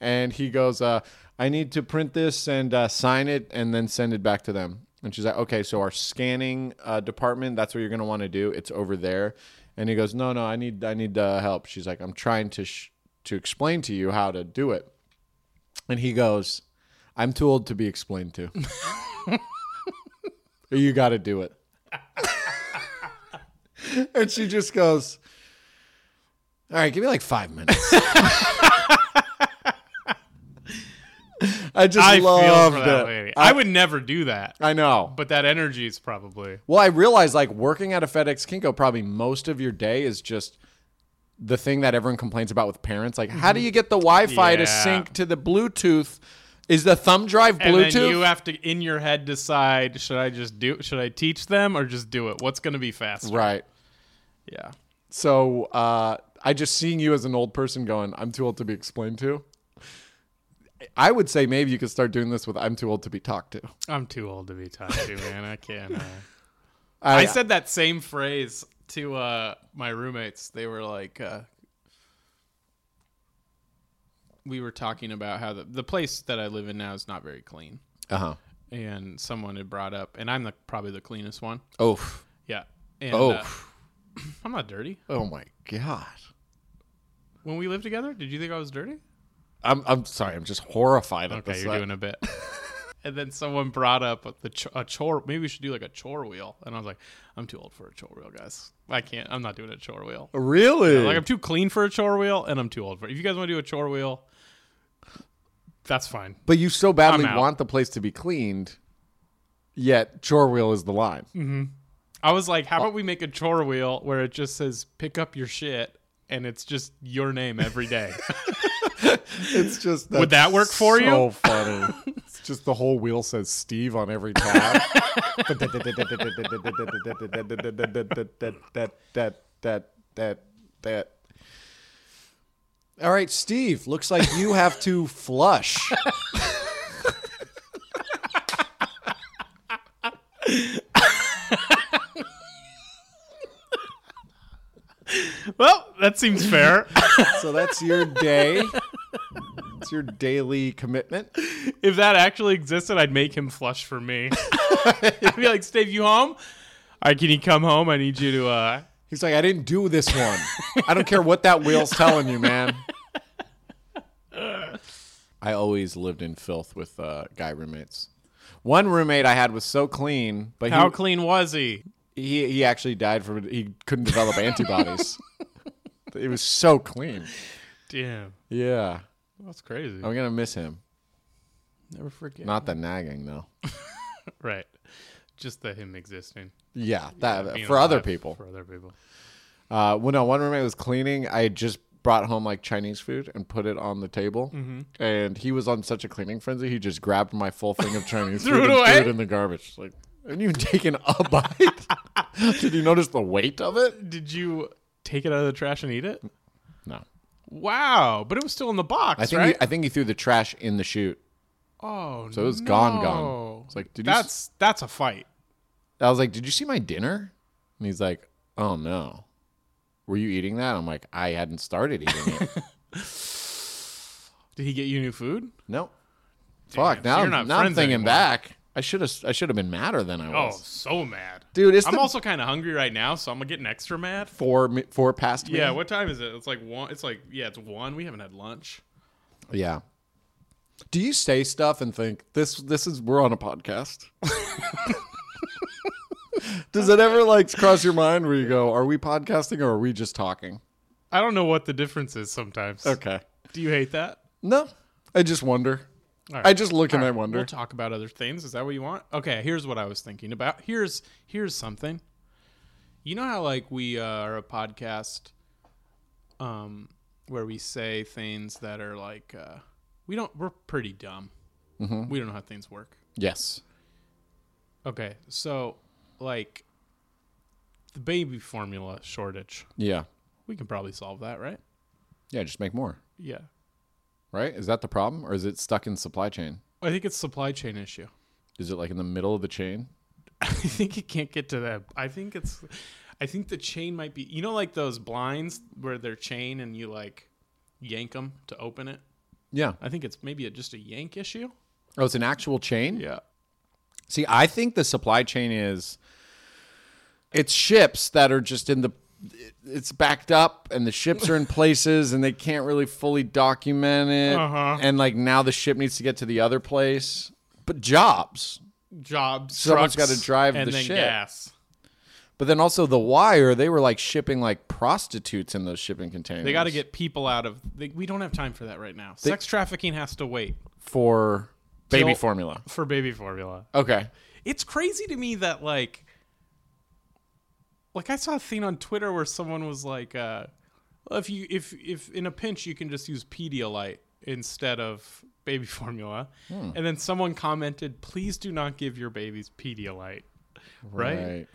[SPEAKER 2] and he goes, uh, "I need to print this and uh, sign it, and then send it back to them." And she's like, "Okay, so our scanning uh, department—that's what you're gonna want to do. It's over there." And he goes, "No, no, I need, I need uh, help." She's like, "I'm trying to sh- to explain to you how to do it." And he goes, "I'm too old to be explained to. you got to do it." and she just goes, "All right, give me like five minutes." I just
[SPEAKER 1] I feel
[SPEAKER 2] loved
[SPEAKER 1] for that
[SPEAKER 2] it.
[SPEAKER 1] lady. I,
[SPEAKER 2] I,
[SPEAKER 1] would never do that,
[SPEAKER 2] I know.
[SPEAKER 1] but that energy is probably
[SPEAKER 2] Well, I realize like working at a FedEx Kinko, probably most of your day is just the thing that everyone complains about with parents. Like, how do you get the Wi-Fi to
[SPEAKER 1] Mm-hmm. Yeah.
[SPEAKER 2] sync to the Bluetooth? Is the thumb drive
[SPEAKER 1] And
[SPEAKER 2] Bluetooth?
[SPEAKER 1] then you have to, in your head, decide: should I just do? Should I teach them or just do it? What's going to be faster?
[SPEAKER 2] right.
[SPEAKER 1] Yeah.
[SPEAKER 2] So uh, I just seeing you as an old person going, I'm too old to be explained to. I would say maybe you could start doing this with I'm too old to be talked to.
[SPEAKER 1] I'm too old to be talked to, man. I can't. Uh...
[SPEAKER 2] I,
[SPEAKER 1] I said that same phrase to uh, my roommates. They were like, uh, we were talking about how the, the place that I live in now is not very clean.
[SPEAKER 2] uh huh.
[SPEAKER 1] and someone had brought up, and I'm the probably the cleanest one.
[SPEAKER 2] Oh,
[SPEAKER 1] Yeah. And,
[SPEAKER 2] oh,
[SPEAKER 1] uh, I'm not dirty.
[SPEAKER 2] oh my god!
[SPEAKER 1] When we lived together, did you think I was dirty?
[SPEAKER 2] I'm I'm sorry. I'm just horrified at
[SPEAKER 1] Okay,
[SPEAKER 2] this.
[SPEAKER 1] you're doing a bit. and then someone brought up the ch- a chore. Maybe we should do like a chore wheel. And I was like, I'm too old for a chore wheel, guys. I can't. I'm not doing a chore wheel.
[SPEAKER 2] really?
[SPEAKER 1] Like I'm too clean for a chore wheel, and I'm too old for. It. If you guys want to do a chore wheel, that's fine.
[SPEAKER 2] but you so badly
[SPEAKER 1] I'm out.
[SPEAKER 2] want the place to be cleaned, yet chore wheel is the line.
[SPEAKER 1] I was like,
[SPEAKER 2] Oh.
[SPEAKER 1] how about we make a chore wheel where it just says pick up your shit. And it's just your name every day.
[SPEAKER 2] It's just
[SPEAKER 1] Would that work for
[SPEAKER 2] so
[SPEAKER 1] you?
[SPEAKER 2] funny. it's just the whole wheel says Steve on every tab. All right, Steve. Looks like you have to flush.
[SPEAKER 1] well, that seems fair.
[SPEAKER 2] So that's your day. It's your daily commitment.
[SPEAKER 1] if that actually existed, I'd make him flush for me. I'd be like, Steve, you home? All right, can you come home? I need you to. uh
[SPEAKER 2] He's like, I didn't do this one. I don't care what that wheel's telling you, man. I always lived in filth with uh, guy roommates. One roommate I had was so clean, but
[SPEAKER 1] How
[SPEAKER 2] he,
[SPEAKER 1] clean was he?
[SPEAKER 2] he he actually died from he couldn't develop antibodies. it was so clean.
[SPEAKER 1] Damn,
[SPEAKER 2] Yeah,
[SPEAKER 1] that's crazy.
[SPEAKER 2] I'm gonna miss him.
[SPEAKER 1] Never forget.
[SPEAKER 2] Not the nagging though.
[SPEAKER 1] right, just that him existing
[SPEAKER 2] Yeah, that
[SPEAKER 1] Being
[SPEAKER 2] for other
[SPEAKER 1] alive
[SPEAKER 2] people.
[SPEAKER 1] For other people.
[SPEAKER 2] Uh, when no, one roommate was cleaning, I had just brought home like Chinese food and put it on the table,
[SPEAKER 1] Mm-hmm.
[SPEAKER 2] and he was on such a cleaning frenzy, he just grabbed my full thing of Chinese
[SPEAKER 1] Threw
[SPEAKER 2] food
[SPEAKER 1] it
[SPEAKER 2] and
[SPEAKER 1] away?
[SPEAKER 2] threw it in the garbage. Like, I didn't even take an a bite. Did you notice the weight of it?
[SPEAKER 1] Did you take it out of the trash and eat it?
[SPEAKER 2] No,
[SPEAKER 1] Wow, but it was still in the box,
[SPEAKER 2] I think
[SPEAKER 1] right?
[SPEAKER 2] he, I think he threw the trash in the chute.
[SPEAKER 1] oh,
[SPEAKER 2] So it was
[SPEAKER 1] no.
[SPEAKER 2] gone, gone. It's like, did you? s-
[SPEAKER 1] that's that's a fight.
[SPEAKER 2] I was like, did you see my dinner? And he's like, oh no, were you eating that? I'm like, I hadn't started eating it.
[SPEAKER 1] Did he get you new food?
[SPEAKER 2] Nope.
[SPEAKER 1] so
[SPEAKER 2] Fuck. Now,
[SPEAKER 1] you're not
[SPEAKER 2] now I'm
[SPEAKER 1] friends
[SPEAKER 2] thinking
[SPEAKER 1] anymore.
[SPEAKER 2] back. I should have. I should have been madder than I
[SPEAKER 1] Oh,
[SPEAKER 2] was.
[SPEAKER 1] so mad,
[SPEAKER 2] Dude, it's
[SPEAKER 1] I'm
[SPEAKER 2] the-
[SPEAKER 1] also kind of hungry right now, so I'm getting extra mad.
[SPEAKER 2] Four mi- four past me.
[SPEAKER 1] Yeah, what time is it? It's like one. It's like yeah, it's one. We haven't had lunch.
[SPEAKER 2] Yeah. Do you say stuff and think this? This is we're on a podcast. Does it ever like cross your mind where you go, "Are we podcasting or are we just talking?"
[SPEAKER 1] I don't know what the difference is sometimes.
[SPEAKER 2] Okay.
[SPEAKER 1] Do you hate that?
[SPEAKER 2] No, I just wonder.
[SPEAKER 1] All
[SPEAKER 2] I
[SPEAKER 1] right.
[SPEAKER 2] just look and I
[SPEAKER 1] We'll
[SPEAKER 2] wonder.
[SPEAKER 1] talk about other things. Is that what you want? Okay, here's what I was thinking about. Here's here's something. You know how like we uh, are a podcast, um, where we say things that are like uh, we don't. We're pretty dumb. We don't know how things work.
[SPEAKER 2] yes.
[SPEAKER 1] Okay, so like the baby formula shortage,
[SPEAKER 2] Yeah.
[SPEAKER 1] we can probably solve that, right?
[SPEAKER 2] Yeah. Just make more.
[SPEAKER 1] Yeah,
[SPEAKER 2] Right? Is that the problem, or is it stuck in supply chain?
[SPEAKER 1] I think it's supply chain issue.
[SPEAKER 2] Is it like in the middle of the chain?
[SPEAKER 1] I think it can't get to them. I think it's, I think the chain might be, you know, like those blinds where they're chain and you like yank them to open it.
[SPEAKER 2] Yeah.
[SPEAKER 1] I think it's maybe a, just a yank issue.
[SPEAKER 2] Oh, it's an actual chain?
[SPEAKER 1] Yeah.
[SPEAKER 2] See, I think the supply chain is it's ships that are just in the it's backed up and the ships are in places and they can't really fully document it.
[SPEAKER 1] Uh-huh.
[SPEAKER 2] And like now the ship needs to get to the other place. But jobs.
[SPEAKER 1] Jobs.
[SPEAKER 2] Someone's
[SPEAKER 1] trucks,
[SPEAKER 2] gotta drive
[SPEAKER 1] and
[SPEAKER 2] the
[SPEAKER 1] then
[SPEAKER 2] shit.
[SPEAKER 1] gas.
[SPEAKER 2] But then also the wire, they were like shipping like prostitutes in those shipping containers.
[SPEAKER 1] They got to get people out of. They, we don't have time for that right now. Sex trafficking has to wait
[SPEAKER 2] for baby
[SPEAKER 1] Till-
[SPEAKER 2] formula.
[SPEAKER 1] for baby formula.
[SPEAKER 2] Okay.
[SPEAKER 1] it's crazy to me that like like i saw a thing on twitter where someone was like uh well, if you if if in a pinch you can just use pedialyte instead of baby formula and then someone commented please do not give your babies pedialyte right?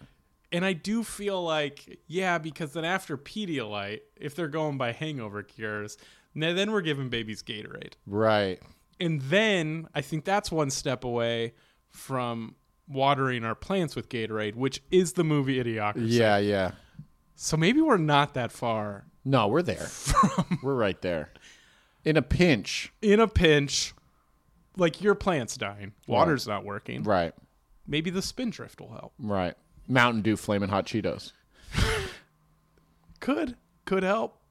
[SPEAKER 1] and i do feel like yeah because then after pedialyte if they're going by hangover cures now then we're giving babies gatorade
[SPEAKER 2] Right.
[SPEAKER 1] and then I think that's one step away from watering our plants with Gatorade, which is the movie Idiocracy.
[SPEAKER 2] Yeah, yeah.
[SPEAKER 1] So maybe we're not that far.
[SPEAKER 2] No, we're there. we're right there. In a pinch.
[SPEAKER 1] In a pinch, like your plant's dying, water's not working.
[SPEAKER 2] Right.
[SPEAKER 1] Maybe the spindrift will help.
[SPEAKER 2] Right. Mountain Dew, flaming hot Cheetos,
[SPEAKER 1] Could could help.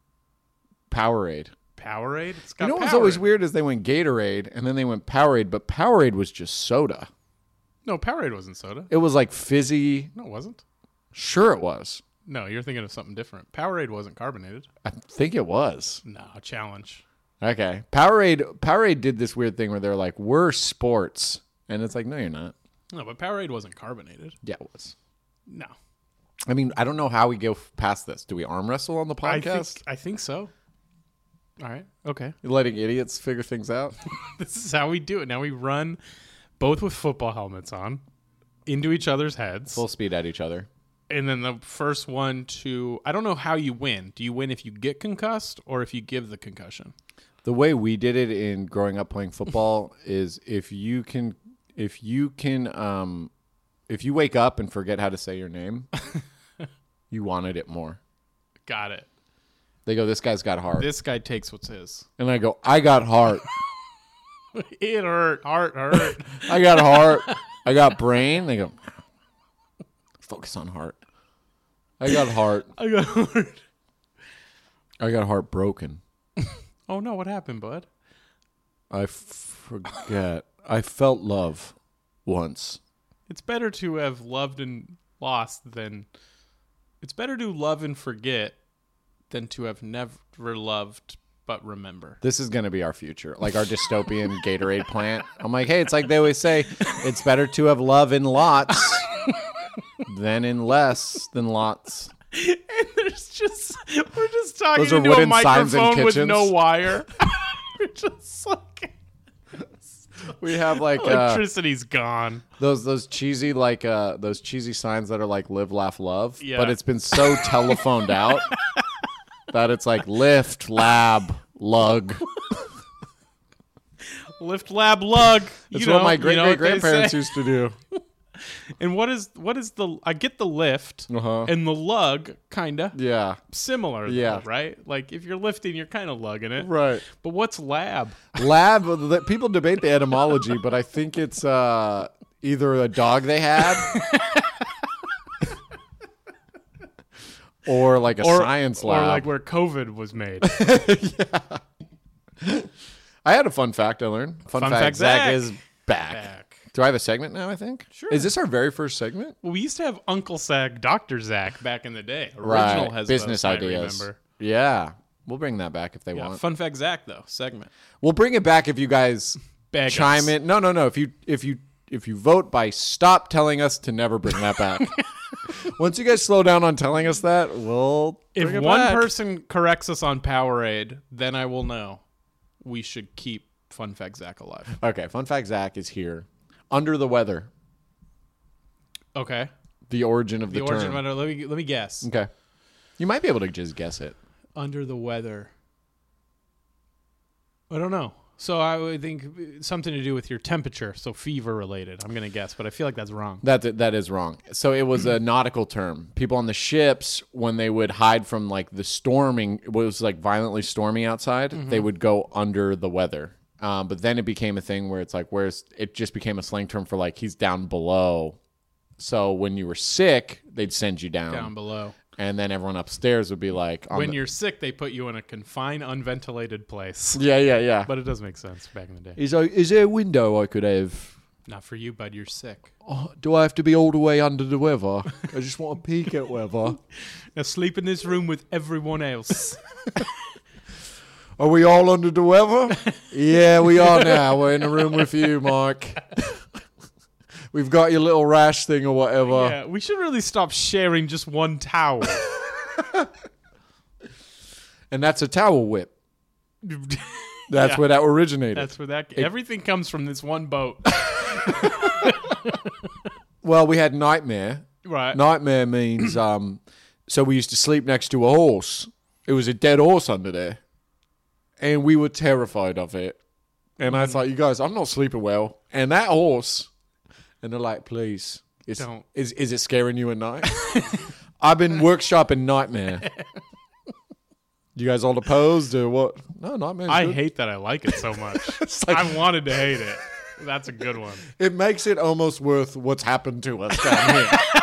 [SPEAKER 2] Powerade.
[SPEAKER 1] Powerade. It's got
[SPEAKER 2] You know what was
[SPEAKER 1] Powerade.
[SPEAKER 2] always weird is they went Gatorade and then they went Powerade, but Powerade was just soda.
[SPEAKER 1] No, Powerade wasn't soda.
[SPEAKER 2] It was like fizzy.
[SPEAKER 1] No, it wasn't.
[SPEAKER 2] Sure, it was.
[SPEAKER 1] No, you're thinking of something different. Powerade wasn't carbonated.
[SPEAKER 2] I think it was.
[SPEAKER 1] No, challenge.
[SPEAKER 2] Okay. Powerade. Powerade did this weird thing where they're like, "We're sports," and it's like, "No, you're not."
[SPEAKER 1] No, but Powerade wasn't carbonated.
[SPEAKER 2] Yeah, it was.
[SPEAKER 1] No.
[SPEAKER 2] I mean, I don't know how we go f- past this. Do we arm wrestle on the
[SPEAKER 1] I
[SPEAKER 2] podcast?
[SPEAKER 1] think I think so. All right. Okay.
[SPEAKER 2] You're letting idiots figure things out.
[SPEAKER 1] This is how we do it. Now we run both with football helmets on into each other's heads.
[SPEAKER 2] Full speed at each other.
[SPEAKER 1] and then the first one to I don't know how you win. Do you win if you get concussed or if you give the concussion?
[SPEAKER 2] The way we did it in growing up playing football is if you can, if you can, um, if you wake up and forget how to say your name, you wanted it more.
[SPEAKER 1] Got it.
[SPEAKER 2] They go, "This guy's got heart,"
[SPEAKER 1] This guy takes what's his.
[SPEAKER 2] and I go, "I got heart.
[SPEAKER 1] It hurt, heart hurt.
[SPEAKER 2] I got heart. I got brain." They go, "Focus on heart. I got heart.
[SPEAKER 1] I got hurt.
[SPEAKER 2] I got heart broken.
[SPEAKER 1] Oh no, what happened, bud?
[SPEAKER 2] I forget. I felt love once.
[SPEAKER 1] It's better to have loved and lost than it's better to love and forget than to have never loved but remember.
[SPEAKER 2] This is going to be our future, like our dystopian Gatorade plant. I'm like, hey, it's like they always say, it's better to have love in lots than in less than lots.
[SPEAKER 1] And there's just we're just talking
[SPEAKER 2] Those are
[SPEAKER 1] into a
[SPEAKER 2] wooden signs in
[SPEAKER 1] microphone with no
[SPEAKER 2] kitchens.
[SPEAKER 1] wire. we're just like
[SPEAKER 2] We have like uh,
[SPEAKER 1] electricity's gone.
[SPEAKER 2] those those cheesy like uh, those cheesy signs that are like live, laugh, love,
[SPEAKER 1] Yeah.
[SPEAKER 2] but it's been so telephoned out that it's like lift, lab, lug.
[SPEAKER 1] Lift lab lug.
[SPEAKER 2] It's
[SPEAKER 1] you know,
[SPEAKER 2] what my
[SPEAKER 1] you
[SPEAKER 2] great
[SPEAKER 1] know what
[SPEAKER 2] great
[SPEAKER 1] they
[SPEAKER 2] grandparents
[SPEAKER 1] say.
[SPEAKER 2] used to do.
[SPEAKER 1] And what is what is the I get the lift
[SPEAKER 2] Uh-huh.
[SPEAKER 1] and the lug kinda
[SPEAKER 2] Yeah,
[SPEAKER 1] similar though,
[SPEAKER 2] Yeah.
[SPEAKER 1] right? Like if you're lifting you're kinda lugging it.
[SPEAKER 2] right.
[SPEAKER 1] But what's lab?
[SPEAKER 2] lab the, people debate the etymology but i think it's uh, either a dog they had or like a science lab
[SPEAKER 1] Or like where COVID was made.
[SPEAKER 2] i had a fun fact i learned fun, fact, zach, is back.
[SPEAKER 1] Back.
[SPEAKER 2] do i have a segment now i think sure is this our very first segment
[SPEAKER 1] Well, we used to have Uncle Sag, Doctor Zach back in the day. Original has
[SPEAKER 2] business
[SPEAKER 1] those, I
[SPEAKER 2] ideas
[SPEAKER 1] remember.
[SPEAKER 2] yeah we'll bring that back if they
[SPEAKER 1] Yeah,
[SPEAKER 2] want
[SPEAKER 1] fun fact Zach though segment.
[SPEAKER 2] we'll bring it back if you guys
[SPEAKER 1] Beg
[SPEAKER 2] chime
[SPEAKER 1] us.
[SPEAKER 2] in no no no if you if you if you vote by stop telling us to never bring that back once you guys slow down on telling us that we'll
[SPEAKER 1] If
[SPEAKER 2] bring it
[SPEAKER 1] one
[SPEAKER 2] back.
[SPEAKER 1] person corrects us on Powerade, then I will know we should keep Fun Fact Zach alive.
[SPEAKER 2] okay fun fact zach is here under the weather
[SPEAKER 1] Okay.
[SPEAKER 2] the origin of the,
[SPEAKER 1] The origin
[SPEAKER 2] term
[SPEAKER 1] of under, let me let me guess.
[SPEAKER 2] okay you might be able to just guess it
[SPEAKER 1] Under the weather. I don't know. So I would think something to do with your temperature, so fever related. I'm gonna guess, but I feel like that's wrong.
[SPEAKER 2] that that is wrong so it was a nautical term people on the ships when they would hide from like the storming it was like violently stormy outside
[SPEAKER 1] Mm-hmm.
[SPEAKER 2] they would go under the weather um, but then it became a thing where it's like where's it just became a slang term for like he's down below so when you were sick they'd send you down,
[SPEAKER 1] Down below.
[SPEAKER 2] and then everyone upstairs would be like on
[SPEAKER 1] When
[SPEAKER 2] the-
[SPEAKER 1] you're sick, they put you in a confined, unventilated place.
[SPEAKER 2] yeah yeah yeah
[SPEAKER 1] But it does make sense back in the day.
[SPEAKER 2] is there, is there a window i could have
[SPEAKER 1] Not for you, bud. You're sick.
[SPEAKER 2] Oh, do i have to be all the way under the weather i just want to peek at weather
[SPEAKER 1] Now sleep in this room with everyone else.
[SPEAKER 2] Are we all under the weather? yeah, we are now. We're in a room with you, Mike. We've got your little rash thing or whatever.
[SPEAKER 1] yeah, we should really stop sharing just one towel.
[SPEAKER 2] And that's a towel whip. That's
[SPEAKER 1] Yeah.
[SPEAKER 2] where that originated.
[SPEAKER 1] That's where that everything comes from this one boat.
[SPEAKER 2] well, we had nightmare.
[SPEAKER 1] right.
[SPEAKER 2] Nightmare means um so we used to sleep next to a horse. It was a dead horse under there. And we were terrified of it. And
[SPEAKER 1] Mm.
[SPEAKER 2] I thought, you guys, I'm not sleeping well. And that horse and they're like, please, is
[SPEAKER 1] Don't.
[SPEAKER 2] is is it scaring you at night? I've been workshopping nightmare. You guys all opposed or what? No, not me.
[SPEAKER 1] I hate that I like it so much.
[SPEAKER 2] like-
[SPEAKER 1] I wanted to hate it. That's a good one.
[SPEAKER 2] It makes it almost worth what's happened to us down here.